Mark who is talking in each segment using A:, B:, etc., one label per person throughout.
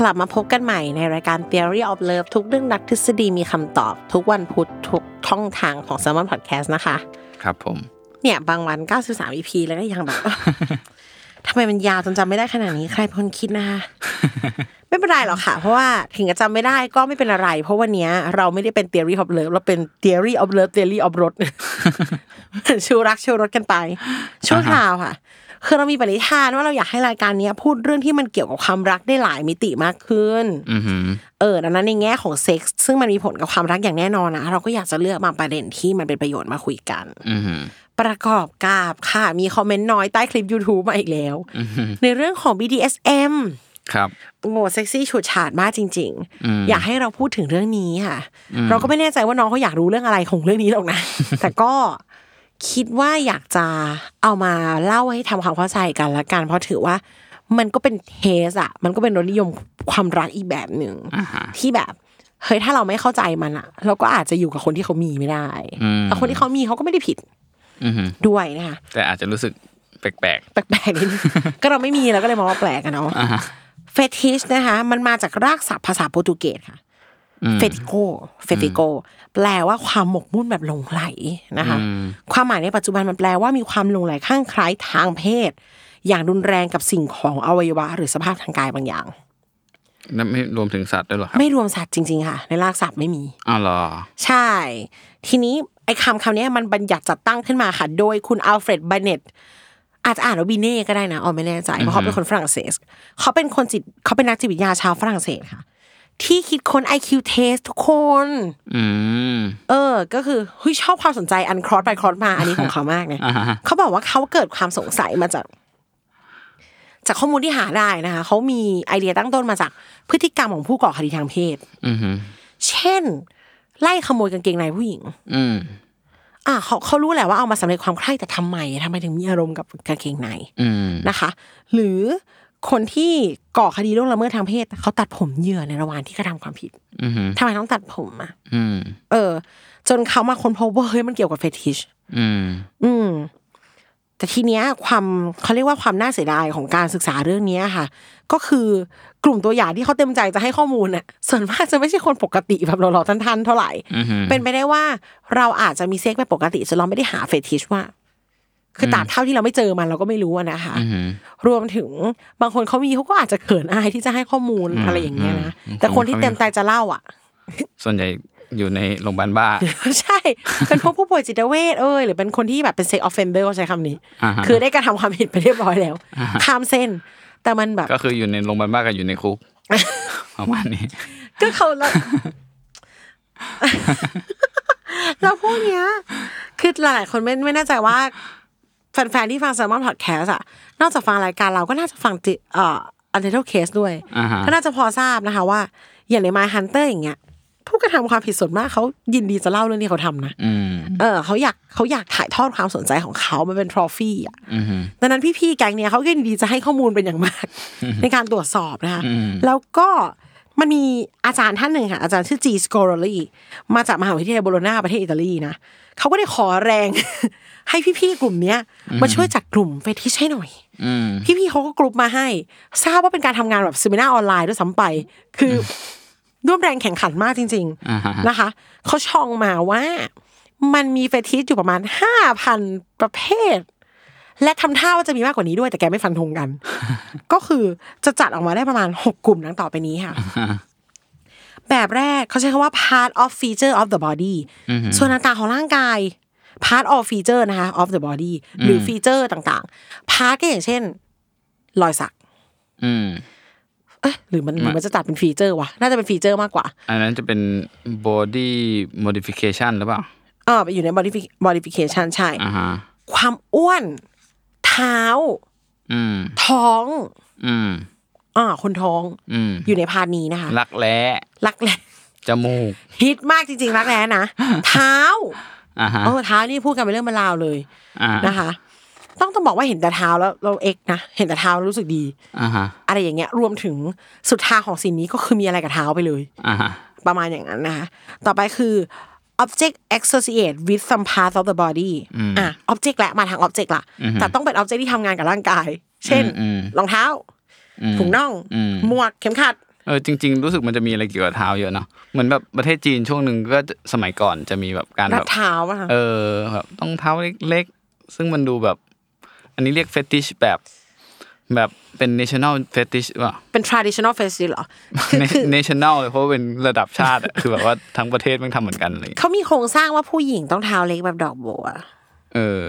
A: กลับมาพบกันใหม่ในรายการ Theory of Love ทุกเรื่องรักทฤษฎีมีคำตอบ ทุกวันพุธทุกช่องทางของ s ซ l m o n Podcast นะคะ
B: ครับผม
A: เนี่ย บางวัน 93 EP แล้วก็ยังแบบ ทำไมมันยาวจนจำไม่ได้ขนาดนี้ใครเป็นคนคิดนะคะ ไม่เป็นไรหรอกค่ะ เพราะว่าถึงจะจำไม่ได้ก็ไม่เป็นอะไร เพราะวันเนี้ยเราไม่ได้เป็น theory of love เราเป็น theory of love theory of รถ ชูรักชูรถกันไปชั่วคราวค่ะ คือเรามีปณิธานว่าเราอยากให้รายการเนี้ยพูดเรื่องที่มันเกี่ยวกับความรักได้หลายมิติมากขึ้น
B: อือหือ
A: เออดังนั้นในแง่ของเซ็กซ์ซึ่งมันมีผลกับความรักอย่างแน่นอนนะเราก็อยากจะเลือกมาประเด็นที่มันเป็นประโยชน์มาคุยกัน
B: อือหือ
A: ประกอบกับค่ะ มีคอมเมนต์น้อยใต้คลิป YouTube มาอีกแล้ว
B: อือหือ
A: ในเรื่องของ BDSM
B: ครับ
A: โอ้โหเซ็กซี่ฉูดฉาดมากจริง
B: อืม
A: ๆ อยากให้เราพูดถึงเรื่องนี้ค่ะ เราก็ไม่แน่ใจว่าน้องเขาอยากรู้เรื่องอะไรของเรื่องนี้หรอก นะ แต่ก็คิดว่าอยากจะเอามาเล่าให้ทำความเข้าใจกันละกัน เพราะถือว่ามันก็เป็นเทสอะมันก็เป็นรสนิยมความรักอีกแบบหนึ่ง
B: อ่าฮะ
A: ที่แบบเฮ้ยถ้าเราไม่เข้าใจมันอะเราก็อาจจะอยู่กับคนที่เขามีไม่ได้
B: อืม
A: แต่คนที่เขามีเขาก็ไม่ได้ผิด
B: อือหือ
A: ด้วยนะคะ
B: แต่อาจจะรู้สึกแปลก
A: แปลกๆนิด นึง ก็เราไม่มีเราก็เลยมองว่าแปลกอะเนาะ
B: อ่าฮะ
A: เฟติชนะคะ มันมาจากรากศัพท์ภาษาโปรตุเกสค่ะ
B: ๆอืม
A: เฟติโก เฟติโก แปลว่าความหมกมุ่นแบบหลงไหลนะคะ
B: อืม
A: ความหมายในปัจจุบันมันแปลว่ามีความหลงไหลข้างใคล้ายทางเพศ อย่างรุนแรงกับสิ่งของอวัยวะ หรือสภาพทางกายบางอย่าง
B: แล้วไม่รวมถึงสัตว์ด้วยเหรอครับ
A: ไม่รวมสัตว์จริง ๆ ค่ะ ในรากศัพท์ไม่มี
B: อ้าวเหรอ
A: ใช่ ทีนี้ไอ้คำคำเนี้ยมันบัญญัติจัดตั้งขึ้นมาค่ะ โดยคุณอัลเฟรดบ n เนตอาจจะอ่านว่าบีเน่ก็ได้นะอ๋อไม่แน่ใจเพราะเขาเป็นคนฝรั่งเศส เขาเป็นคนจิตเขาเป็นนักจิตวิทยาชาวฝรั่งเศสค่ะ ที่คิดค้น IQ test ทุกคน
B: อืม
A: เออ ก็คือเฮ้ยชอบความสนใจอันครอสไปครอสมาอันนี้ของเขามากนะ
B: อ่าฮะ
A: เขาบอกว่าเขาเกิดความสงสัยมาจาก จากข้อมูลที่หาได้นะคะเขามีไอเดียตั้งต้นมาจากพฤติกรรมของผู้ก่อคดีทางเพศ
B: อือหือ
A: เช่น ไล่ขโมยกางเกงในผู้หญิง
B: อืม
A: อ่ะเขาเขารู้แหละว่าเอามาสำเร็จความใคร่แต่ทำไมทำไมถึงมีอารมณ์กับกางเกงใน
B: อืม
A: นะคะ หรือคนที่ก่อคดีล่วงละเมิดทางเพศเขาตัดผมเหยื่อในระหว่างที่กระทำความผิด
B: อือหือ
A: ทำไมต้องตัดผมอ่ะ
B: อืม
A: เออ จนเขามาค้นพบว่าเฮ้ยมันเกี่ยวกับเฟติช
B: อืม
A: อืม แต่ทีเนี้ยความเขาเรียกว่าความน่าเสียดายของการศึกษาเรื่องเนี้ยค่ะ ก็คือกลุ่มตัวอย่างที่เขาเต็มใจจะให้ข้อมูลน่ะส่วนมากจะไม่ใช่คนปกติแบบเราๆท่านๆเท่าไหร่
B: อือหือ
A: เป็นไปได้ว่าเราอาจจะมีเซ็กแบบปกติจนเราไม่ได้หาเฟติชว่า คือตราบเท่าที่เราไม่เจอมันเราก็ไม่รู้อะนะคะ
B: อือหือ
A: รวมถึงบางคนเขามีเขาก็อาจจะเขินอายที่จะให้ข้อมูล
B: อืม
A: อะไรอย่างเงี้ยนะ
B: อืม
A: แต่คนที่เต็มใจจะเล่าอ่ะ
B: ส่วนใหญ่อยู่ในโรงพยาบาลบ้า
A: ใช่ เป็นพวกผู้ป่วยจิตเวชเอ้ยหรือเป็นคนที่แบบเป็นเซ็กออฟเฟนเดอร์เขาใช้คำนี้
B: อ่าฮะ
A: คือได้กระทำความผิดไปเรียบร้อยแล้ว ข้ามเส้น แต่มันแบบ
B: ก็คืออยู่ในโรงพยาบาลบ้ากับอยู่ใน คุก ประมาณนี้
A: ก็เขาเรา เราพวกเนี้ย คือหลายๆ คนไม่ไม่แน่ใจว่า แฟนๆ ที่ฟัง s ซ l m o n Podcast อะนอกจากฟังรายการเราก็น่าจะฟังจิเอ่อ Untitled Case ด้วย
B: อ่าฮะ
A: ก็น่าจะพอทราบนะคะว่า อย่างใน My Hunter อย่างเงี้ย ผู้กระทำความผิดส่วนมากเขายินดีจะเล่าเรื่องที่เขาทำนะ
B: อืม
A: เออเขาอยากเขาอยากถ่ายทอดความสนใจของเขามันเป็นทรอฟี่อ่ะ
B: อือหือ
A: ดังนั้นพี่ๆแก๊งเนี่ยเขาก็ยินดีจะให้ข้อมูลเป็นอย่างมาก ในการตรวจสอบนะคะ แล้วก็ มันมีอาจารย์ท่านหนึ่งค่ะ อาจารย์ชื่อจีสโกโรลีมาจากมหาวิทยาลัยโบโลนาประเทศอิตาลีนะเขาก็ได้ขอแรง ให้พี่ๆกลุ่มเนี้ยมาช่วยจัดกลุ่มเฟทิชให้หน่อย
B: อืม
A: พี่ๆเขาก็กรุ๊ปมาให้ ทราบว่าเป็นการทำงานแบบเซมินาออนไลน์ด้วยซ้ำไป คืออร่วมแรงแข่งขันมากจริง
B: อ่าฮะ
A: ๆนะคะเขาช่องมาว่ามันมีเฟทิชอยู่ประมาณห้าพันประเภท และทำท่าว่าจะมีมากกว่านี้ด้วยแต่แกไม่ฟันธง กัน ก็คือจะจัดออกมาได้ประมาณหกกลุ่มดังต่อไปนี้ค่ะ แบบแรกเขาใช้คำว่า part of feature of the body ส่วนต่างๆของร่างกาย part of feature นะคะ of the body หรือ feature ต่างๆ part ก็อย่างเช่น รอยสัก
B: อืม
A: เอ๊ะหรือมันหรือมันจะจัดเป็นฟีเจอร์วะน่าจะเป็นฟีเจอร์มากกว่า
B: อันนั้นจะเป็น body modification หรือเปล่า
A: เออไปอยู่ใน modifi- modification ใช่
B: อ่าฮะ
A: ความอ้วน เท้า
B: อืม
A: ท้อง
B: อืม
A: อ่าคนท้อง
B: อืม
A: อยู่ในพาร์ทนี้นะคะ
B: รักแร้
A: รักแร้
B: จมูก
A: ฮิตมากจริง ๆ รักแร้นะ เท้า
B: อ่าฮะ
A: เออเท้านี่พูดกันเป็นเรื่องเป็นราวเลย
B: อ่า
A: นะคะ ต้องต้องบอกว่าเห็นแต่เท้าแล้วเราเอกนะ เห็นแต่เท้ารู้สึกดี
B: อ่าฮะ
A: อะไรอย่างเงี้ย รวมถึงสุดทางของสิ่งนี้ก็คือมีอะไรกับเท้าไปเลย
B: อ่าฮะ
A: ประมาณอย่างนั้นนะคะต่อไปคือ object associate with some parts of the body อ่ะ object แหละมาทาง object ละแต่ต้องเป็น object ที่ทำงานกับร่างกาย เช่นรองเท้า ถุงน่องหมวกเข็มขัด
B: เออจริง ๆ รู้สึกมันจะมีอะไรเกี่ยวกับเท้าเยอะเนาะเหมือนแบบประเทศจีนช่วงหนึ่งก็จะสมัยก่อนจะมีแบบการ
A: รั
B: แบบ บ
A: เท้าอะค่ะ
B: เออแบบต้องเท้าเล็กๆ ซึ่งมันดูแบบ อันนี้เรียกเฟติชแบบ แบบเป็น national fetish ว่ะ
A: เป็น traditional f a s i l เหรอ
B: national เลยเพราะว่าเป็นระดับชาติอะ คือแบบว่าทั้งประเทศแมันทำเหมือนกันอะไรอย่างเลย
A: เขามีโครงสร้างว่าผู้หญิงต้องเท้าเล็กแบบดอกบัว
B: เออ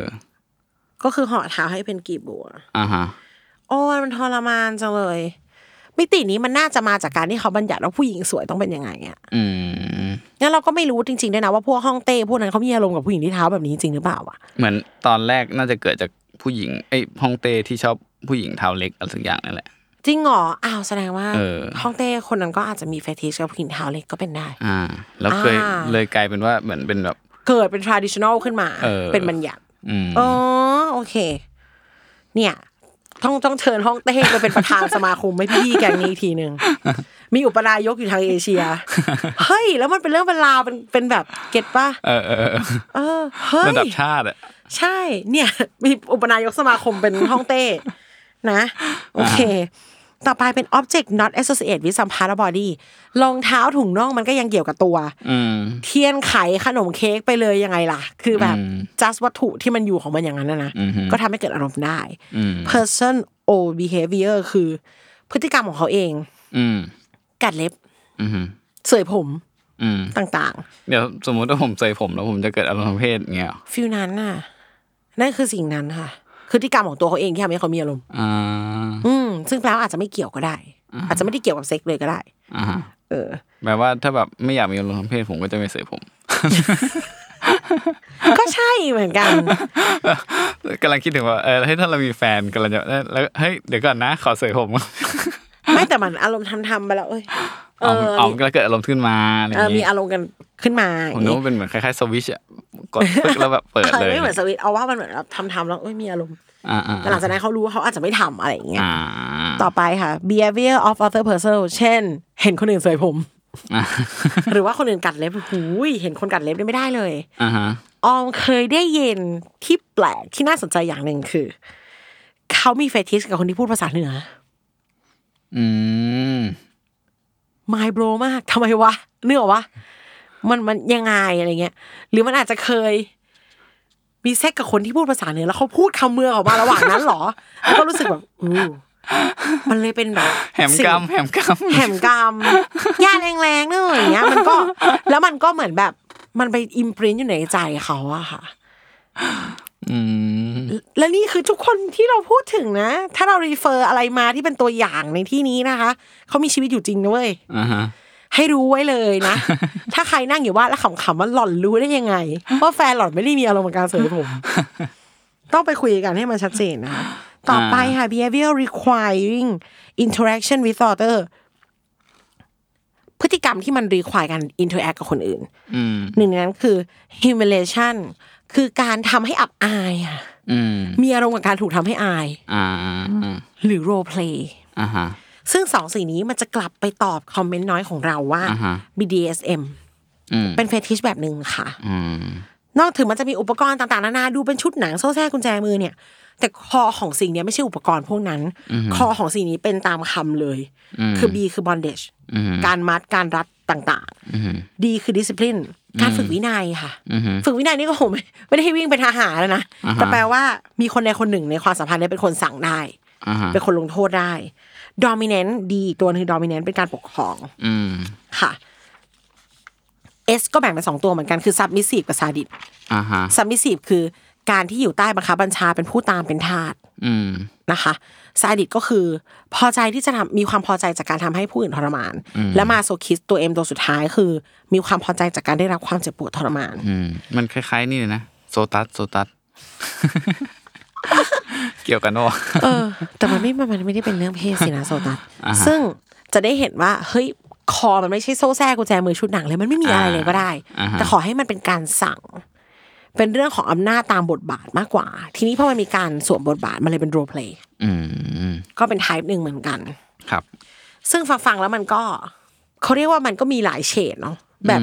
A: ก็คือห่อเท้าให้เป็นกีบบัว
B: อ่าฮะ
A: โอ้ยมันทรมานจังเลย มิตินี้มันน่าจะมาจากการที่เขาบัญญัติว่าผู้หญิงสวยต้องเป็นยังไงอะ
B: อืม
A: งั้นเราก็ไม่รู้จริงๆด้วยนะว่าพวกห้องเต้พวกนั้นเขามีอารมณ์กับผู้หญิงที่เท้าแบบนี้จริงหรือเปล่าอะ
B: เหมือนตอนแรกน่าจะเกิดจากผู้หญิงไอ้ยฮ่องเต้ที่ชอบผู้หญิงเท้าเล็กอะไรสักอย่างนั่นแหละ
A: จริงเหรอ อ้าวแสดงว่า
B: เออ
A: ฮ่องเต้คนนั้นก็อาจจะมีเฟติชกับผู้หญิงเท้าเล็กก็เป็นได้
B: อ่า แล้วเคย
A: อ่า
B: เลยกลายเป็นว่าเหมือนเป็นแบบ
A: เกิดเป็น traditional ขึ้นมา
B: เออ
A: เป็นบัญญัติ
B: อืม
A: อ๋อโอเค เนี่ย ต้องต้องเชิญฮ่องเต้ไปเป็นประธานสมาคมให้พี่แกงนี้อีกทีหนึ่งมีอุปนายกอยู่ทางเอเชีย เฮ้ย แล้วมันเป็นเรื่องเป็นราวเป็นเป็นแบบเก็ตป่ะ
B: เออเออเออ
A: เออเฮ้ย
B: ระดับชาติอะ
A: ใช่ เนี่ย มีอุปนายกสมาคมเป็นฮ่องเต้ นะ โอเค ต่อไปเป็น object not associated with some part of body รองเท้าถุงน่องมันก็ยังเกี่ยวกับตัว
B: อืม
A: เทียนไขขนมเค้กไปเลยยังไงล่ะ คือแบบ
B: อืม
A: just วัตถุที่มันอยู่ของมันอย่างนั้นนะนะ
B: อือฮึ
A: ก็ทำให้เกิดอารมณ์ได้
B: อืม
A: person or behavior คือ พฤติกรรมของเขาเอง
B: อืม
A: กัดเล็บ
B: อืม
A: เสยผม
B: อืม
A: ต่าง
B: เดี๋ยวสมมุติว่าผมใส่ผมแล้วผมจะเกิดอารมณ์ทางเพศอย่างเงี้ยหรอ
A: ๆ ฟิลนั้นน่ะ นั่นคือสิ่งนั้นค่ะ พฤติกรรมของตัวเขาเองที่ทำให้เขามีอารมณ์
B: อ่า
A: อืมซึ่งแปลว่าอาจจะไม่เกี่ยวก็ได้ อาจจะไม่ได้เกี่ยวกับเซ็กเลยก็ได้
B: อ่าฮะ
A: เออ
B: แปลว่าถ้าแบบไม่อยากมีอารมณ์ทางเพศผมก็จะไม่ใส่ผม
A: ก็ใช่เหมือนกัน
B: กำลังคิดถึงว่าเออเฮ้ยถ้าเรามีแฟนกำลังจะเอ้ยแล้วเฮ้ยเดี๋ยวก่อนนะขอใส่ผม ก่อน
A: ไม่แต่มันอารมณ์ทำๆไปแล้วเอ้ยเอ
B: เอา
A: อ
B: เอา
A: มี
B: แล้วเกิดอารมณ์ขึ้นมาอะไรอ
A: เออย่างมี
B: งี้
A: อารมณ์กันขึ้นมาอ
B: ผ
A: ย่าม ง
B: นึก
A: งี้
B: ว่าเป็นเหมือนคล้ายๆสวิตชอะกดปึ๊กแล้วแบบเปิด
A: เออ
B: เลย
A: ไม่เหมือนสวิตช์เอาว่ามันเหมือนแบบทำๆแล้วเอ้ยมีอารมณ์
B: อ่าอ่า
A: แต่หลังจากนั้นเขารู้ว่าเขาอาจจะไม่ทำอะไรอย่างเงี้ย
B: อ่า
A: ต่อไปค่ะ behavior of other person เช่น เห็นคนอื่นเสยผม
B: อ่า
A: หรือว่าคนอื่นกัดเล็บหูยเห็นคนกัดเล็บเนี่ยไม่ได้เลย
B: อ่าฮะ
A: ออมเคยได้ยินที่แปลกที่น่าสนใจอย่างหนึ่งคือเขามีเฟติชกับคนที่พูดภาษาเหนือ
B: อืม
A: มายโบรมาก ทำไมวะเนื้ออกวะมันมันยังไงอะไรเงี้ย หรือมันอาจจะเคย มีเซ็กกับคนที่พูดภาษาเหนือแล้วเขาพูดคำเมืองออกมาระหว่างนั้นหรอ แล้วก็รู้สึก แบบอู้มันเลยเป็นแบบ
B: แหม
A: สิ่ง
B: กำแหมกำ
A: แหมกรรมญาติแรงๆเนื้อะอย่างเงี้ย มันก็ แล้วมันก็เหมือนแบบ มันไปอิมพรินอยู่ในใจเขาอะค่ะ
B: อืม
A: และนี่คือทุกคนที่เราพูดถึงนะ ถ้าเรารีเฟอร์อะไรมาที่เป็นตัวอย่างในที่นี้นะคะเขามีชีวิตอยู่จริงนะเว้ย
B: อ่าฮะ
A: ให้รู้ไว้เลย นะ ถ้าใครนั่งอยู่บ้านแล้วขำๆว่าหล่อนรู้ได้ยังไง ว่าแฟนหล่อนไม่ได้มีอารมณ์กับการเสย ผม ต้องไปคุยกันให้มันชัดเจนนะคะต่อไปค่ะ behavior requiring interaction with other พฤติกรรมที่มัน require การ interact กับคนอื่น
B: อืม
A: หนึ่งในนั้นคือ humiliation คือการทำให้อับอายอะ
B: อืม
A: มีอารมณ์กับการถูกทำให้อาย
B: อ่า
A: หรือ role play
B: อ่าฮะ
A: ซึ่งสองสิ่งนี้มันจะกลับไปตอบคอมเมนต์น้อยของเราว่า
B: อ่าฮะ
A: BDSM
B: อืม
A: เป็นเฟติชแบบหนึ่งค่ะ
B: อืม
A: นอกถึงมันจะมีอุปกรณ์ต่างๆนานาดูเป็นชุดหนังโซ่แทรกกุญแจมือเนี่ย แต่คอของสิ่งเนี้ยไม่ใช่อุปกรณ์พวกนั้น คอของสิ่งนี้เป็นตามคำเลย
B: อืม
A: คือ B คือ bondage
B: อืม
A: การมัดการรัดต่าง
B: อืม
A: ๆ D คือ discipline การฝึกวินัยค่ะ
B: อืม
A: ฝึกวินัยนี่ก็คงไม่ไม่ได้ให้วิ่งเป็นทหารแล้วนะ
B: อ่าฮะ
A: แต่แปลว่ามีคนใดคนหนึ่งในความสัมพันธ์เนี้เป็นคนสั่งได้
B: อ่าฮะ
A: เป็นคนลงโทษได้ dominant ดีตัวหนึง dominant เป็นการปกครอง
B: อืม
A: ค่ะ S ก็แบ่งเป็นสองตัวเหมือนกันคือ submissive กับ sadist
B: อ่าฮะ
A: submissive คือการที่อยู่ใต้บังคับบัญชาเป็นผู้ตามเป็นทาส
B: อืม
A: นะคะซาดิสก็คือ พอใจที่จะทำมีความพอใจจากการทำให้ผู้อื่นทรมาน และมาโซคิสตัวเอ็มตัวสุดท้ายคือ มีความพอใจจากการได้รับความเจ็บปวดทรมาน
B: อืมมันคล้าย ๆ นี่เลยนะ โซตัส โซตัส เกี่ยวกันเนอะ
A: เออ แต่มันไม่มันไม่ได้เป็นเรื่องเพศสินะโซตัสซึ่งจะได้เห็นว่าเฮ้ยคอมันไม่ใช่โซ่แทรกกุญแจมือชุดหนังเลยมันไม่มีอะไรเลยก็ได้ แต่ขอให้มันเป็นการสั่ง เป็นเรื่องของอำนาจตามบทบาทมากกว่า ทีนี้พอมันมีการสวมบทบาทมันเลยเป็นโรเพลย์
B: อืม
A: ก็เป็นไทป์หนึ่งเหมือนกัน
B: ครับ
A: ซึ่งฟังฟังแล้วมันก็เขาเรียกว่ามันก็มีหลายเฉดเนาะแบบ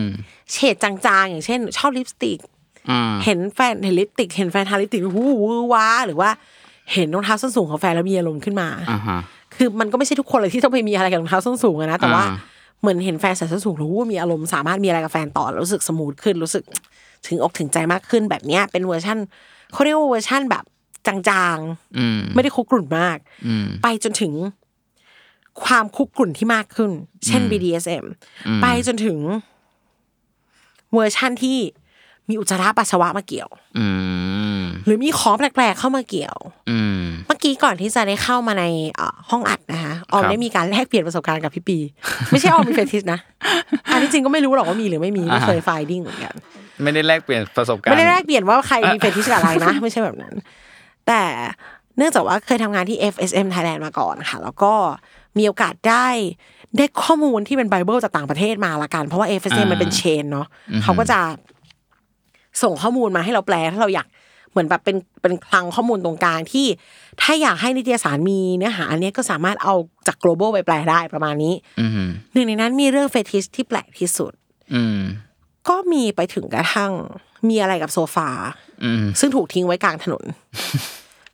A: เฉดจางๆ อย่างเช่น ชอบลิปสติก
B: อ่า
A: เห็นแฟนเห็นลิปสติก เห็นแฟนทาลิปสติกหูวือว้าหรือว่าเห็นรองเท้าส้นสูงของแฟนแล้วมีอารมณ์ขึ้นมา
B: อ่าฮะ
A: คือมันก็ไม่ใช่ทุกคนเลยที่ต้องไปมีอะไรกับรองเท้าส้นสูงอะนะแต่ว่า
B: อ่า
A: เหมือนเห็นแฟนใส่ส้นสูงแล้ววู้มีอารมณ์สามารถมีอะไรกับแฟนต่อแล้วรู้สึกสมูทขึ้นรู้สึกถึงอกถึงใจมากขึ้นแบบเนี้ยเป็นเวอร์ชั่นเขาเรียกว่าเวอร์ชั่นแบบจาง
B: อืม
A: ๆไม่ได้คุกกรุ่นมาก
B: อืม
A: ไปจนถึงความคุกกลุ่นที่มากขึ้น เช่น BDSM ไปจนถึงเวอร์ชั่นที่มีอุจจาระปัสสาวะมาเกี่ยว
B: อืม
A: หรือมีของแปลกๆเข้ามาเกี่ยว
B: อืม
A: เมื่อกี้ก่อนที่จะได้เข้ามาในเอ่อห้องอัดนะคะออม
B: ครับ
A: ได้มีการแลกเปลี่ยนประสบการณ์กับพี่ปี ไม่ใช่ออมมีเฟติชนะ อันนี้จริงก็ไม่รู้หรอกว่ามีหรือไม่มีไม่เคยไฟดิ้งเหมือนกัน
B: ไม่ได้แลกเปลี่ยนประสบการณ์
A: ไม่ได้แลกเปลี่ยนว่าใครมีเฟติชกับอะไร นะ ไม่ใช่แบบนั้น แต่เนื่องจากว่าเคยทำงานที่ FSM Thailand มาก่อนค่ะ แล้วก็มีโอกาสได้ได้ข้อมูลที่เป็นไบเบิลจากต่างประเทศมาละกัน เพราะว่า FSM มันเป็นเชนเนาะเขาก็จะส่งข้อมูลมาให้เราแปลถ้าเราอยากเหมือนแบบเป็นเป็นคลังข้อมูลตรงกลางที่ ถ้าอยากให้นิตยสารมีเนื้อหาอันเนี้ยก็สามารถเอาจาก global ไปแปลได้ประมาณนี้
B: อืม
A: หนึ่งในนั้นมีเรื่องเฟติชที่แปลกที่สุด
B: อืม
A: ก็มีไปถึงกระทั่งมีอะไรกับโซฟา
B: อืม
A: ซึ่งถูกทิ้งไว้กลางถนน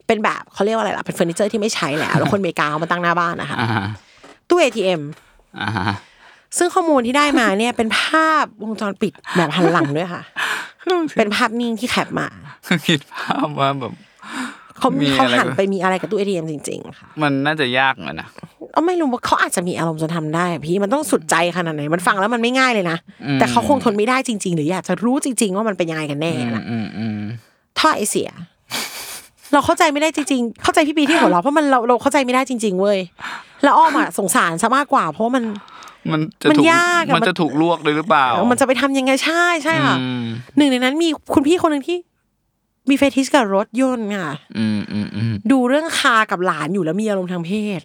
A: เป็นแบบเขาเรียกว่าอะไรล่ะ เป็นเฟอร์นิเจอร์ที่ไม่ใช้แล้ว แล้วคนอเมริกาเอามาตั้งหน้าบ้านนะคะ
B: อ่าฮะ
A: ตู้ ATM
B: อ่าฮะ
A: ซึ่งข้อมูลที่ได้มาเนี่ย เป็นภาพวงจรปิดแบบหันหลังด้วยค่ะ เป็นภาพนิ่งที่แคปมา
B: คิดภาพว่าแบบ
A: เขาม
B: มี
A: เขา
B: อะไร
A: หันไปมีอะไรกับตู้ ATM จริง ๆ ค่ะ
B: มันน่าจะยากเหมือนนะ
A: เอาไม่รู้ว่าเขาอาจจะมีอารมณ์จนทำได้อะพี่มันต้องสุดใจขนาดไหน มันฟังแล้วมันไม่ง่ายเลยนะ แต่เขาคงทนไม่ได้จริง ๆ หรืออยากจะรู้จริง ๆ ว่ามันเป็นยังไงกันแน่นะ
B: อืม อืม
A: ท่อไอเสีย เราเข้าใจไม่ได้จริงๆ เข้าใจพี่ปีที่หัวเราะเพราะมันเราเราเข้าใจไม่ได้จริง ๆเว้ย แล้วอ้อมอ่ะสงสารซะมากกว่า เพราะว่ามัน
B: มันจะ
A: มัน
B: ถูก
A: ยากอะ
B: มัน
A: มัน
B: จะถูกลวกเลยหรือเปล่า
A: มันจะไปทำยังไงใช่ใช่ค่ะ
B: อืม
A: หนึ่งในนั้นมีคุณพี่คนหนึ่งที่ มีเฟติชกับรถยนต์ค่ะ
B: อืม อืม อืม
A: ดูเรื่องคากับหลานอยู่แล้วมีอารมณ์ทางเพศ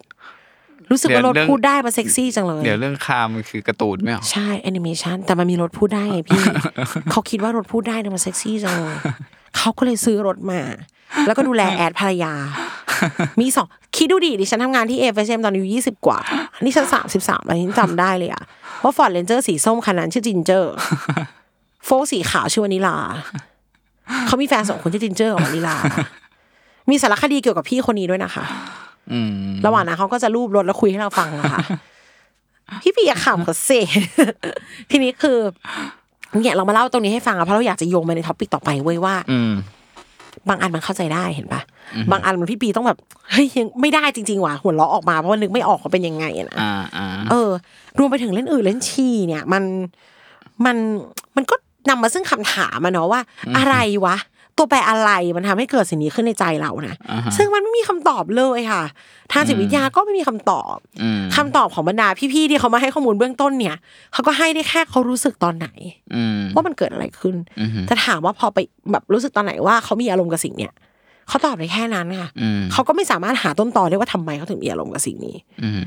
A: รู้สึก
B: เดี๋ย
A: ว่าว รถ
B: เรื่อง
A: พูดได้มาเซ็กซี่จังเลย
B: เดี๋ยวเรื่องคามมันคือการะตูนไม่เหรอ
A: ใช่แอนิเมชันแต่มันมีรถพูดได้ไงพี่ เขาคิดว่ารถพูดได้เนี่ยมันเซ็กซี่จังเลยเขาก็เลยซื้อรถมา แล้วก็ดูแลแอดภรรยา มีสองคิดดูดิดิฉันทำงานที่เอฟเอมตอนอายุยี่สิบกว่า อันนี้ฉันสามสิบสามอันนี้จำได้เลยอะว่าฟอร์ดเรนเจอร์สีส้มคันนั้นชื่อจินเจอร์ โฟลสีขาวชื่อวานิลา เขามีแฟนสองคนชื่อจินเจอร์กับวานิลา มีสารคดีเกี่ยวกับพี่คนนี้ด้วยนะคะ
B: อืม
A: ระหว่างนั้นเขาก็จะรูปรถแล้วคุยให้เราฟังอะค่ะ พี่ปีอยาขำกับเซ ทีนี้คือเนี่ยเรามาเล่าตรงนี้ให้ฟังอะเพราะเราอยากจะโยงไปในท็อปิกต่อไปเว้ยว่า
B: อืม
A: บางอันมันเข้าใจได้เห็นปะบางอันมันพี่ปีต้องแบบเฮ้ยยังไม่ได้จริงๆว่ะหัวเราะออกมาเพราะว่านึกไม่ออกว่าเป็นยังไงอะนะ
B: อ่า อ่า
A: เออ รวมไปถึงเล่นอื่นเล่นชีเนี่ยมันมันมันก็นำมาซึ่งคำถามอะเนาะว่า อะไรวะ ตัวแปรอะไรมันทำให้เกิดสิ่งนี้ขึ้นในใจเรานะซึ่งมันไม่มีคำตอบเลยค่ะ ทางจิตวิทยาก็ไม่มีคำตอบ
B: อืม
A: คำตอบของบรรดาพี่ๆที่เขามาให้ข้อมูลเบื้องต้นเนี่ยเขาก็ให้ได้แค่เขารู้สึกตอนไหน
B: อืม
A: ว่ามันเกิดอะไรขึ้นแต่ถามว่าพอไปแบบรู้สึกตอนไหนว่าเขามีอารมณ์กับสิ่งเนี่ยเขาตอบได้แค่นั้นค่ะ
B: อืม
A: เขาก็ไม่สามารถหาต้นตอได้ว่าทำไมเขาถึงมีอารมณ์กับสิ่งนี้
B: อืม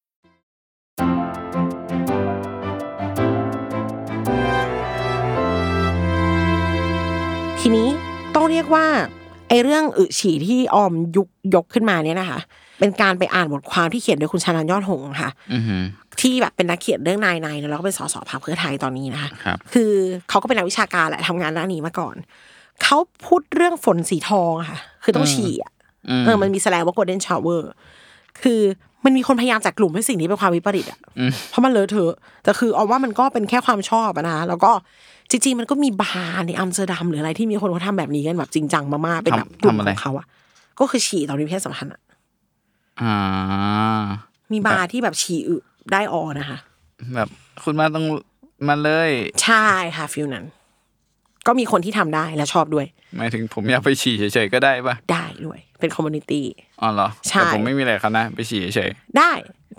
A: ทีนี้ต้องเรียกว่าไอเรื่องอึฉี่ที่ออมยุกยกขึ้นมาเนี่ยนะคะ เป็นการไปอ่านบทความที่เขียนโดยคุณชานันยอดหงส์ค่ะ
B: อือหือ
A: ที่แบบเป็นนักเขียนเรื่องนายนายแล้วก็เป็นสสพรรคเพื่อไทยตอนนี้นะคะ
B: ครับ
A: อเขาก็เป็นนักวิชาการแหละทำงานด้านนี้มาก่อน เขาพูดเรื่องฝนสีทองอะค่ะ คือต้องฉี่อะเออมันมีแสลงว่า golden shower คือมันมีคนพยายามจัดกลุ่มให้สิ่งนี้เป็นความวิปริตอะเพราะมันเลอะเทอะแต่คือเอาว่ามันก็เป็นแค่ความชอบอะนะแล้วก็จริงๆมันก็มีบาร์ในอัมสเตอร์ดัมหรืออะไรที่มีคนเขาทำแบบนี้กันแบบจริงจังมากๆเป็นแบบกลุ่มของเขาอะก็คือฉี่ตอนมีเพศสัมพันธ์อะ
B: อ่า
A: มีบาร์ที่แบบฉี่อึได้ออนะคะ
B: แบบคุณมาต้องมาเลย
A: ใช่ค่ะฟิลนั้น ก็มีคนที่ทำได้และชอบด้วย
B: หมายถึงผมอยากไปฉี่เฉยๆก็ได้ปะ
A: ได้ด้วย เป็นคอมมูนิตี้
B: อ๋อเหรอ
A: ใช่
B: แต่ผมไม่มีอะไรครับนะไปฉี่เฉย
A: ได้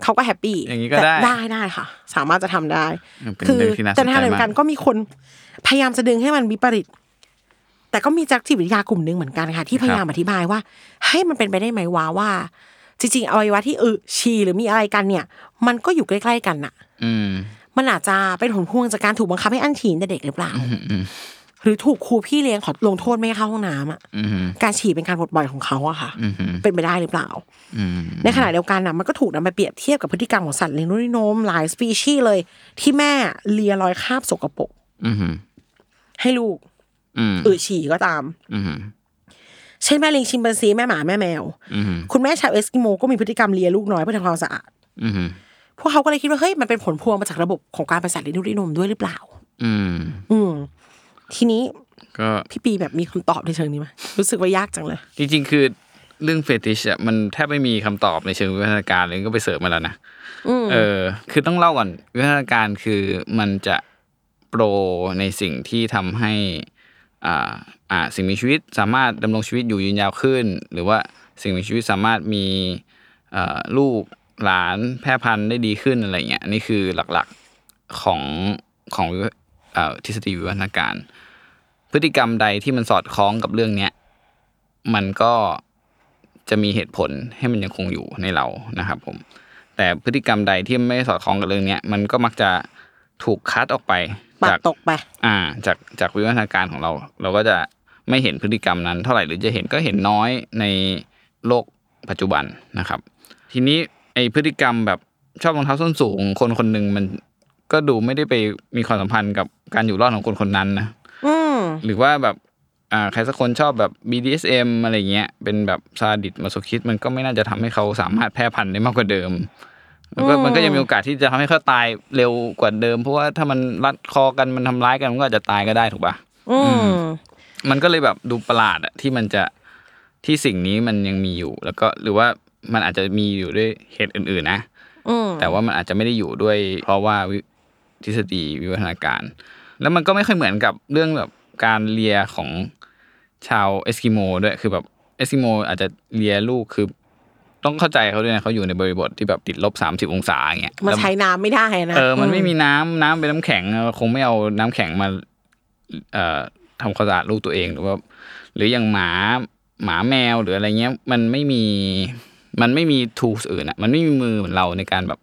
A: เขาก็แฮปปี้
B: อย่างนี้ก็
A: แต่
B: ได้
A: ได้ได้ค่ะ สามารถจะทำได้
B: เป็นเรื่องที่น่าสนใจมาก
A: แต่ในทางเดียวกันก็มีคนพยายามจะดึงให้มันวิปริต แต่ก็มีจักจิตวิทยากลุ่มหนึ่งเหมือนกันค่ะ ที่พยายามอธิบายว่าให้ยมันเป็นไปได้ไหมวะว่า จริงๆอวัยวะที่อึฉี่หรือมีอะไรกันเนี่ย มันก็อยู่ใกล้ๆกันน่ะ
B: ๆอืม
A: มันอาจจะเป็นผลพวงจากการถูกบังคับให้อั้นฉี่ในเด็กหรือเปล่า หรือถูกครูพี่เลี้ยงขอลงโทษไม่ให้เข้าห้องน้ำอะ
B: อืม
A: การฉี่เป็นการปลดปล่อยของเขาอะค่ะ
B: อืม
A: เป็นไปได้หรือเปล่า
B: อืม
A: ในขณะเดียวกันนะมันก็ถูกนำไปเปรียบเทียบกับพฤติกรรมของสัตว์เลี้ยงด้วยนมหลายสปีชีส์เลย ที่แม่เลียรอยคราบสกปรก
B: อืม
A: ให้ลูก
B: อืม
A: อือฉี่ก็ตาม
B: อืม
A: เช่นแม่ลิงชิมแปนซีแม่หมาแม่แมว
B: อืม
A: คุณแม่ชาวเอสกิโมก็มีพฤติกรรมเลียลูกน้อยเพื่อทำความสะอาด
B: อืม
A: พวกเขาก็เลยคิดว่าเฮ้ยมันเป็นผลพวงมาจากระบบของการประสาทเลี้ยงด้วยนมด้วยหรือเปล่า
B: อืม
A: อืมทีนี้
B: ก็
A: พี่ปีแบบมีคำตอบในเชิงนี้ไหมรู้สึกว่ายากจังเลย
B: จริงๆคือเรื่องเฟติชอะมันแทบไม่มีคำตอบในเชิงวิวัฒนาการเลยก็ไปเสิร์ชมาแล้วนะเออ คือต้องเล่าก่อนวิวัฒนาการคือมันจะโปรในสิ่งที่ทำให้ อ่าอ่าสิ่งมีชีวิตสามารถดำรงชีวิตอยู่ยืนยาวขึ้น หรือว่าสิ่งมีชีวิตสามารถมีเอ่อลูกหลานแพร่พันธุ์ได้ดีขึ้นอะไรเงี้ยอันนี่คือหลักๆของของเอ่อทฤษฎีวิวัฒนาการ พฤติกรรมใดที่มันสอดคล้องกับเรื่องเนี้ยมันก็จะมีเหตุผลให้มันยังคงอยู่ในเรานะครับผมแต่พฤติกรรมใดที่ไม่สอดคล้องกับเรื่องเนี้ยมันก็มักจะถูกคัดออกไป
A: ปัด
B: จาก
A: ตกไป
B: อ่าจากจากวิวัฒนาการของเรา เราก็จะไม่เห็นพฤติกรรมนั้นเท่าไหร่หรือจะเห็นก็เห็นน้อยในโลกปัจจุบันนะครับ ทีนี้ไอพฤติกรรมแบบชอบรองเท้าส้นสูงคนคนหนึ่งมันก็ดูไม่ได้ไปมีความสัมพันธ์กับการอยู่รอดของคนคนนั้นนะ
A: อืม
C: Mm.
B: หรือว่าแบบอ่าใครสักคนชอบแบบ BDSM อะไรเงี้ย เป็นแบบซาดิสมาโซคิดมันก็ไม่น่าจะทำให้เขาสามารถแพร่พันธุ์ได้มากกว่าเดิม แล้วก็มันก็ยังมีโอกาสที่จะทำให้เขาตายเร็วกว่าเดิม เพราะว่าถ้ามันรัดคอกันมันทำร้ายกันมันก็อาจจะตายก็ได้ถูกปะ
A: อืม
B: มันก็เลยแบบดูประหลาดอะที่มันจะที่สิ่งนี้มันยังมีอยู่ แล้วก็หรือว่ามันอาจจะมีอยู่ด้วยเหตุอื่น ๆ นะ
A: อืม
B: แต่ว่ามันอาจจะไม่ได้อยู่ด้วย เพราะว่าวิทฤษฎีวิวัฒนาการ แล้วมันก็ไม่ค่อยเหมือนกับเรื่องแบบการเลียของชาวเอสกิโมด้วยคือแบบเอสกิโมอาจจะเลียลูกคือต้องเข้าใจเขาด้วยนะเขาอยู่ในบริบทที่แบบติดลบสามสิบองศาอย่างเงี้ย
A: มาใช้น้ำไม่ได้นะ
B: เออ มันไม่มีน้ำน้ำเป็นน้ำแข็งเออคงไม่เอาน้ำแข็งมาเอ่อทำความสะอาดลูกตัวเองหรือว่าหรืออย่างหมาหมาแมวหรืออะไรเงี้ย มันไม่มีมันไม่มีทูสอื่นอ่ะ มันไม่มีมือเหมือนเราในการแบบ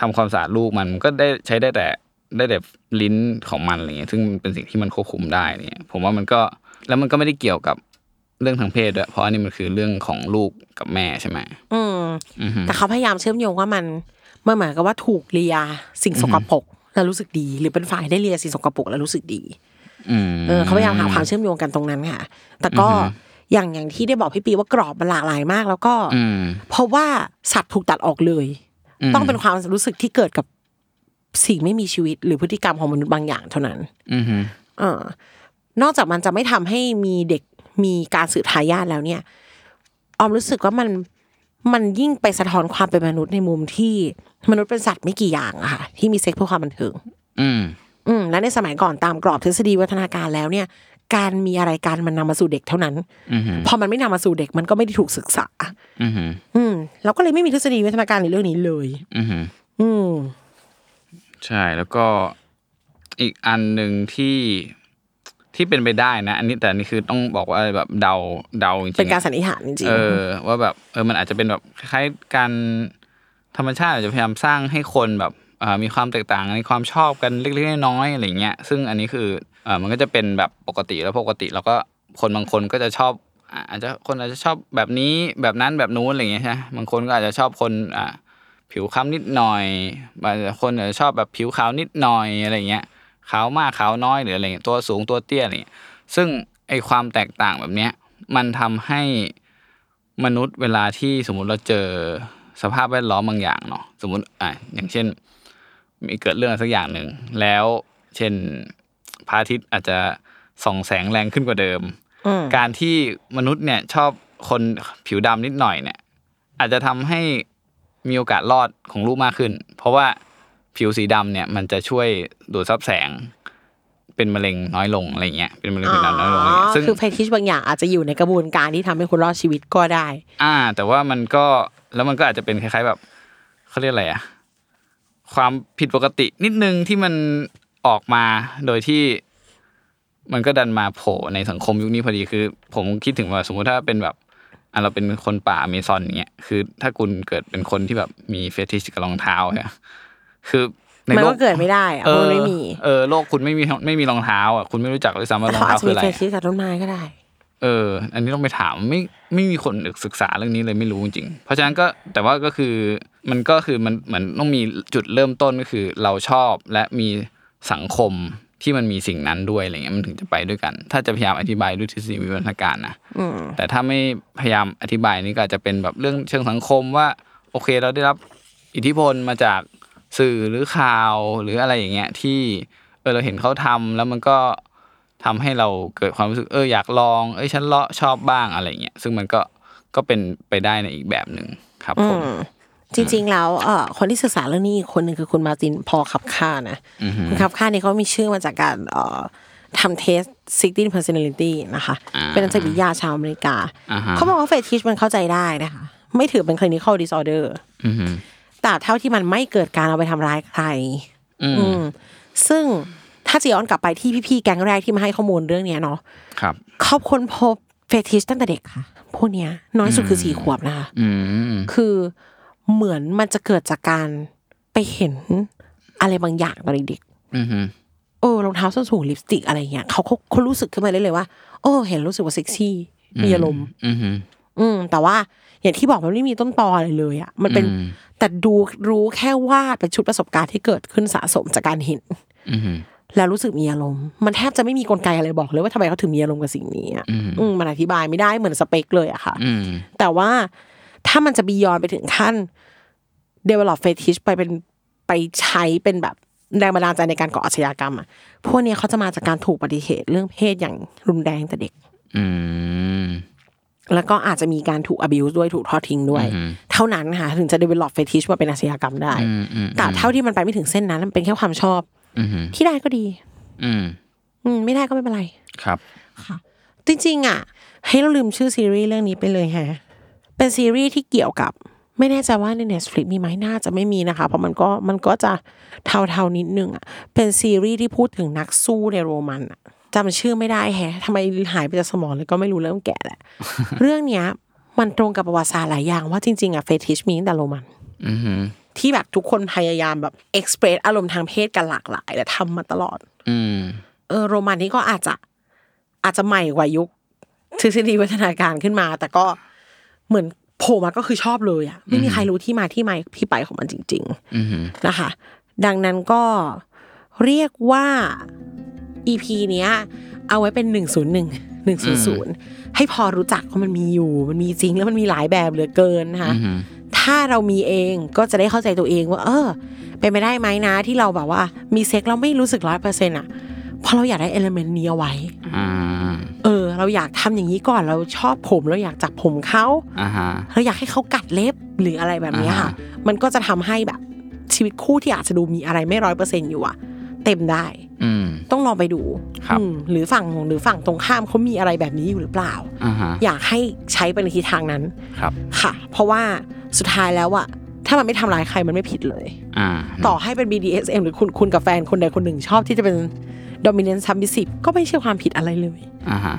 B: ทำความสะอาดลูกมันมันก็ได้ใช้ได้แต่ได้แต่ลิ้นของมันอะไรเงี้ยซึ่งมันเป็นสิ่งที่มันควบคุมได้เนี่ยผมว่ามันก็แล้วมันก็ไม่ได้เกี่ยวกับเรื่องทางเพศด้วยเพราะอันนี้มันคือเรื่องของลูกกับแม่ใช่ไหม
A: อืม
B: อือฮึ
A: แต่เขาพยายามเชื่อมโยงว่ามันมันเหมือนกับว่าถูกเลียสิ่งสกปรกแล้วรู้สึกดี หรือเป็นฝ่ายได้เลียสิ่งสกปรกแล้วรู้สึกดี
B: อืม
A: เออเขาพยายามหาความเชื่อมโยงกันตรงนั้นค่ะ แต่ก็อย่างอย่างที่ได้บอกพี่ปีว่ากรอบมันหลากหลายมาก แล้วก็
B: อืม
A: เพราะว่าสัตว์ถูกตัดออกเลย ต้องเป็นความรู้สึกที่เกิดกับสิ่งไม่มีชีวิต หรือพฤติกรรมของมนุษย์บางอย่างเท่านั้น
B: อือฮึ
A: เออนอกจากมันจะไม่ทำให้มีเด็กมีการสืบทายาทแล้วเนี่ย ออมรู้สึกว่ามัน มันยิ่งไปสะท้อนความเป็นมนุษย์ในมุมที่มนุษย์เป็นสัตว์ไม่กี่อย่างอะค่ะที่มีเซ็กซ์เพื่อความบันเทิง
B: อืม
A: อืมและในสมัยก่อนตามกรอบทฤษฎีวัฒนาการแล้วเนี่ย การมีอะไรการมันนำมาสู่เด็กเท่านั้น
B: อือหือ
A: พอมันไม่นำมาสู่เด็กมันก็ไม่ได้ถูกศึกษา
B: อือหือ
A: อืมเราก็เลยไม่มีทฤษฎีวัฒนาการในเรื่องนี้เลย
B: อือหือ
A: อืม
B: ใช่แล้วก็อีกอันหนึ่งที่ที่เป็นไปได้นะ อันนี้แต่อันนี่คือต้องบอกว่าแบบเดาเดาจริงๆ
A: เป็นการ
B: อะ
A: สันนิษฐานจริง
B: เออ ว่าแบบเออมันอาจจะเป็นแบบคล้ายๆการธรรมชาติอาจจะพยายามสร้างให้คนแบบเอ่อมีความแตกต่างในความชอบกันเล็กๆน้อยๆอะไรเงี้ยซึ่งอันนี้คือเออมันก็จะเป็นแบบปกติแล้วปกติ แล้วก็คนบางคนก็จะชอบอ่ะอาจจะคนอาจจะชอบแบบนี้แบบนั้นแบบนู้นอะไรเงี้ยใช่ไหมบางคนก็อาจจะชอบคนอ่ะ ผิวคล้ำนิดหน่อยบางคนอาจจะชอบแบบผิวขาวนิดหน่อยอะไรเงี้ยขาวมากขาวน้อยหรืออะไรเงี้ยตัวสูงตัวเตี้ยอะไรเงี้ยซึ่งไอความแตกต่างแบบเนี้ยมันทำให้มนุษย์เวลาที่สมมุติเราเจอสภาพแวดล้อมบางอย่างเนาะสมมุติอ่ะอย่างเช่น มีเกิดเรื่องอะไรสักอย่างหนึ่งแล้วเช่นพระอาทิตย์อาจจะส่องแสงแรงขึ้นกว่าเดิม การที่มนุษย์เนี่ยชอบคนผิวดำนิดหน่อยเนี่ย อาจจะทำให้มีโอกาสรอดของลูกมากขึ้น เพราะว่าผิวสีดำเนี่ย มันจะช่วยดูดซับแสง เป็นมะเร็งน้อยลงอะไรเงี้ยเป็นมะเร็งผิวหนังน้อยลงอะไรเงี้ยซึ่ง
A: คือแพทิชบางอย่างอาจจะอยู่ในกระบวนการที่ทำให้คุณรอดชีวิตก็ได้
B: อ่า แต่ว่ามันก็แล้วมันก็อาจจะเป็นคล้าย ๆแบบเขาเรียกอะไรอะความผิดปกตินิดนึงที่มันออกมาโดยที่ มันก็ดันมาโผล่ในสังคมยุคนี้พอดีคือ ผมคิดถึงว่าสมมุติถ้าเป็นแบบอ่ะเราเป็นคนป่าอเมซอนอย่างเงี้ยคือ ถ้าคุณเกิดเป็นคนที่แบบมีเฟติชกับรองเท้าเนี่ยคือใน
A: มัน
B: โล
A: ก็เกิดไม่ได้อะเพ
B: เอ
A: ราะ
B: อ
A: มันไม่มี
B: เออโลกคุณไม่มีไม่มีรองเท้าอ่ะคุณไม่รู้จักเลยซ้ำว่า
A: แต่
B: รอง
A: เขาอาจ
B: เท้าคืออะ
A: จะมี
B: ไรอะ
A: เฟทิชจากต้นไม้ก็ได้
B: เออ อันนี้ต้องไปถามไม่ไม่มีคนศึกษาเรื่องนี้เลยไม่รู้จริงๆเพราะฉะนั้นก็แต่ว่าก็คือมันก็คือมันเหมือนต้องมีจุดเริ่มต้นก็คือเราชอบและมีสังคมที่มันมีสิ่งนั้นด้วยอะไรเงี้ยมันถึงจะไปด้วยกัน ถ้าจะพยายามอธิบายด้วยทฤษฎีวิวัฒนาการนะแต่ถ้าไม่พยายามอธิบายนี่ก็อาจจะเป็นแบบเรื่องเชิงสังคมว่า โอเคเราได้รับอิทธิพลมาจากสื่อหรือข่าวหรืออะไรอย่างเงี้ยที่เออเราเห็นเขาทำแล้วมันก็ ทำให้เราเกิดความรู้สึกเอออยากลอง เอ้ยฉันเลาะชอบบ้างอะไรเงี้ยซึ่งมันก็ก็เป็นไปได้ในอีกแบบหนึ่งครับผม
A: จริง ๆ แล้วเอ่อคนที่ศึกษาเรื่องนี้อีกคนหนึ่งคือคุณมาร์ตินพอขับค่านะคุณขับค่าเนี่ยเขามีชื่อมาจากการเอ่อทำเทส16 personality นะคะ เป็นนักจิตวิทยาชาวอเมริกา
B: อ่าฮะ
A: เขาบอกว่าเฟทิชมันเข้าใจได้นะคะ ไม่ถือเป็น clinical disorder
B: อือหือ
A: แต่เท่าที่มันไม่เกิดการเอาไปทำร้ายใคร อืมซึ่งถ้าจะย้อนกลับไปที่พี่ๆแก๊งแรกที่มาให้ข้อมูลเรื่องเนี้ยเนาะ
B: ครับ
A: เขาค้นพบเฟทิชตั้งแต่เด็กค่ะพวกเนี้ยน้อยสุดคือสี่ขวบนะคะ
B: อืม
A: คือเหมือนมันจะเกิดจากการไปเห็นอะไรบางอย่างตอนเด็ก
B: อือหือ
A: ๆเออรองเท้าส้นสูงลิปสติกอะไรเงี้ยเขาเขาเขารู้สึกขึ้นมาได้เลยว่า โอ้เห็นรู้สึกว่าเซ็กซี่มีอารมณ์
B: อือหือ
A: อืมแต่ว่าอย่างที่บอกมันไม่มีต้นตออะไรเลยอ่ะมันเป็น
B: อืม
A: แต่ดูรู้แค่ว่าเป็นชุดประสบการณ์ที่เกิดขึ้นสะสมจากการเห็น
B: อือหือ
A: แล้วรู้สึกมีอารมณ์มันแทบจะไม่มีกลไกอะไรบอกเลยว่าทำไมเขาถึงมีอารมณ์กับสิ่งนี้อะอืมมันอธิบายไม่ได้เหมือนสเปคเลยอะค่ะ
B: อืม
A: แต่ว่าถ้ามันจะบียอนไปถึงขั้น develop fetish ไปเป็นไปใช้เป็นแบบแรงบันดาลใจในการก่ออาชญากรรมอ่ะพวกเนี้ยเขาจะมาจากการถูกปฏิเสธเรื่องเพศอย่างรุนแรงแต่เด็ก
B: อืม
A: แล้วก็อาจจะมีการถูก abuse ด้วยถูกทอดทิ้งด้วย เท่านั้นค่ะถึงจะ develop fetish มาเป็นอาชญากรรมได้
B: อืมอืม
A: แต่เท่าที่มันไปไม่ถึงเส้นนั้นมันเป็นแค่ความชอบ
B: อือหือ
A: ที่ได้ก็ดี
B: อืม
A: อืมไม่ได้ก็ไม่เป็นไร
B: ครับ
A: จริงๆอ่ะ ให้เราลืมชื่อซีรีส์เรื่องนี้ไปเลยแฮะ เป็นซีรีส์ที่เกี่ยวกับ ไม่แน่ใจว่าใน Netflix มีไหมน่าจะไม่มีนะคะ เพราะมันก็มันก็จะเทาๆนิดนึงอ่ะ เป็นซีรีส์ที่พูดถึงนักสู้ในโรมันอ่ะจำชื่อไม่ได้แฮะทำไมหายไปจากสมองเลยก็ไม่รู้เริ่มแก่แหละ เรื่องเนี้ย มันตรงกับประวัติศาสตร์หลายอย่างว่าจริงๆอ่ะเฟติชมีตั้งแต่โรมัน
B: อือหือ
A: ที่แบบทุกคนพยายามแบบเอ็กซ์เพรสอารมณ์ทางเพศกันหลากหลายและทำมาตลอด
B: อืม
A: เออโรมันนี่ก็อาจจะอาจจะใหม่กว่ายุคทฤษฎีวัฒนาการขึ้นมา แต่ก็เหมือนโผล่มาก็คือชอบเลยอะไม่มีใครรู้ที่มาที่ไปที่ไปของมันจริง
B: อือหือ
A: ๆ นะคะ ดังนั้นก็เรียกว่า EP เนี้ย เอาไว้เป็น 101 100 ให้พอรู้จักว่ามันมีอยู่ มันมีจริงแล้วมันมีหลายแบบเหลือเกินนะคะ
B: อือหือ
A: ถ้าเรามีเองก็จะได้เข้าใจตัวเองว่า เออ เป็นไปได้ไหมนะที่เราแบบว่า มีเซ็กเราไม่รู้สึกร้อยเปอร์เซ็นต์อ่ะเพราะเราอยากได้เอลเมนต์นี้เอาไว้
B: อ่า
A: เออ เราอยากทำอย่างนี้ก่อนเราชอบผมเราอยากจับผมเขา
B: อ่าฮะ
A: เราอยากให้เขากัดเล็บหรืออะไรแบบเนี้ยค่ะ
B: อ่าฮ
A: มันก็จะทำให้แบบชีวิตคู่ที่อาจจะดูมีอะไรไม่ร้อยเปอร์เซ็นต์อยู่อะเต็มได้
B: อืม
A: ต้องลองไปดู
B: ครับ
A: อืมหรือฝั่งหรือฝั่งตรงข้ามเขามีอะไรแบบนี้อยู่หรือเปล่า
B: อ่าฮะ
A: อยากให้ใช้ไปในทิศทางนั้น
B: ครับ
A: ค่ะ เพราะว่าสุดท้ายแล้วอะถ้ามันไม่ทำร้ายใครมันไม่ผิดเลย
B: อ่า
A: ต่อให้เป็น BDSM หรือคุณคุณกับแฟนคนใดคนหนึ่งชอบที่จะเป็น dominant submissive ก็ไม่ใช่ความผิดอะไรเลย
B: อ่าฮะ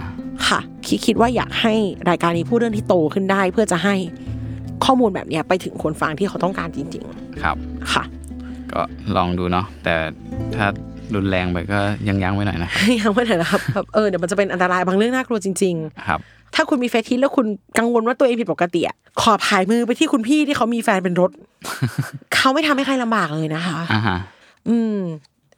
A: ค่ะคิดคิดว่าอยากให้รายการนี้พูดเรื่องที่โตขึ้นได้ เพื่อจะให้ข้อมูลแบบเนี้ยไปถึงคนฟังที่เขาต้องการจริง
B: ครับ
A: ๆ ค่ะ
B: ก็ลองดูเนาะ แต่ถ้ารุนแรงไปก็ยังยั้งไว้หน่อยนะครับ
A: ยังไม่ถึงนะครับแบบเออเดี๋ยวมันจะเป็นอันตรายบางเรื่องน่ากลัวจริง ๆ
B: ครับ
A: ถ้าคุณมีเฟซทิสแล้วคุณกังวลว่าตัวเองผิดปกติอะขอผายมือไปที่คุณพี่ที่เขามีแฟนเป็นรถ เขาไม่ทำให้ใครลำบากเลยนะคะ
B: อ่าฮะ
A: อืม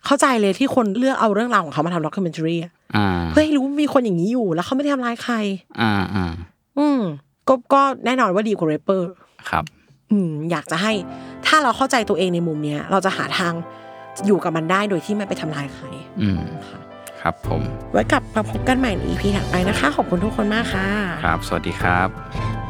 A: เข้าใจเลยที่คนเลือกเอาเรื่องราวของเขามาทำด็อก m e n t a r y อะ
B: อ่า
A: เพื่อให้รู้ว่ามีคนอย่างนี้อยู่ แล้วเขาไม่ได้ทำร้ายใคร
B: อ่าอ่า
A: อืม ก็ก็แน่นอนว่าดีกว่าเรปเปอร์
B: ครับ
A: อืม อยากจะให้ ถ้าเราเข้าใจตัวเองในมุมเนี้ย เราจะหาทางอยู่กับมันได้โดยที่ไม่ไปทำร้ายใคร
B: อืม ครับผม
A: ไว้กลับมาพบกันใหม่ใน EP ถัดไปนะคะ ขอบคุณทุกคนมากค่ะ
B: ครับ สวัสดีครับ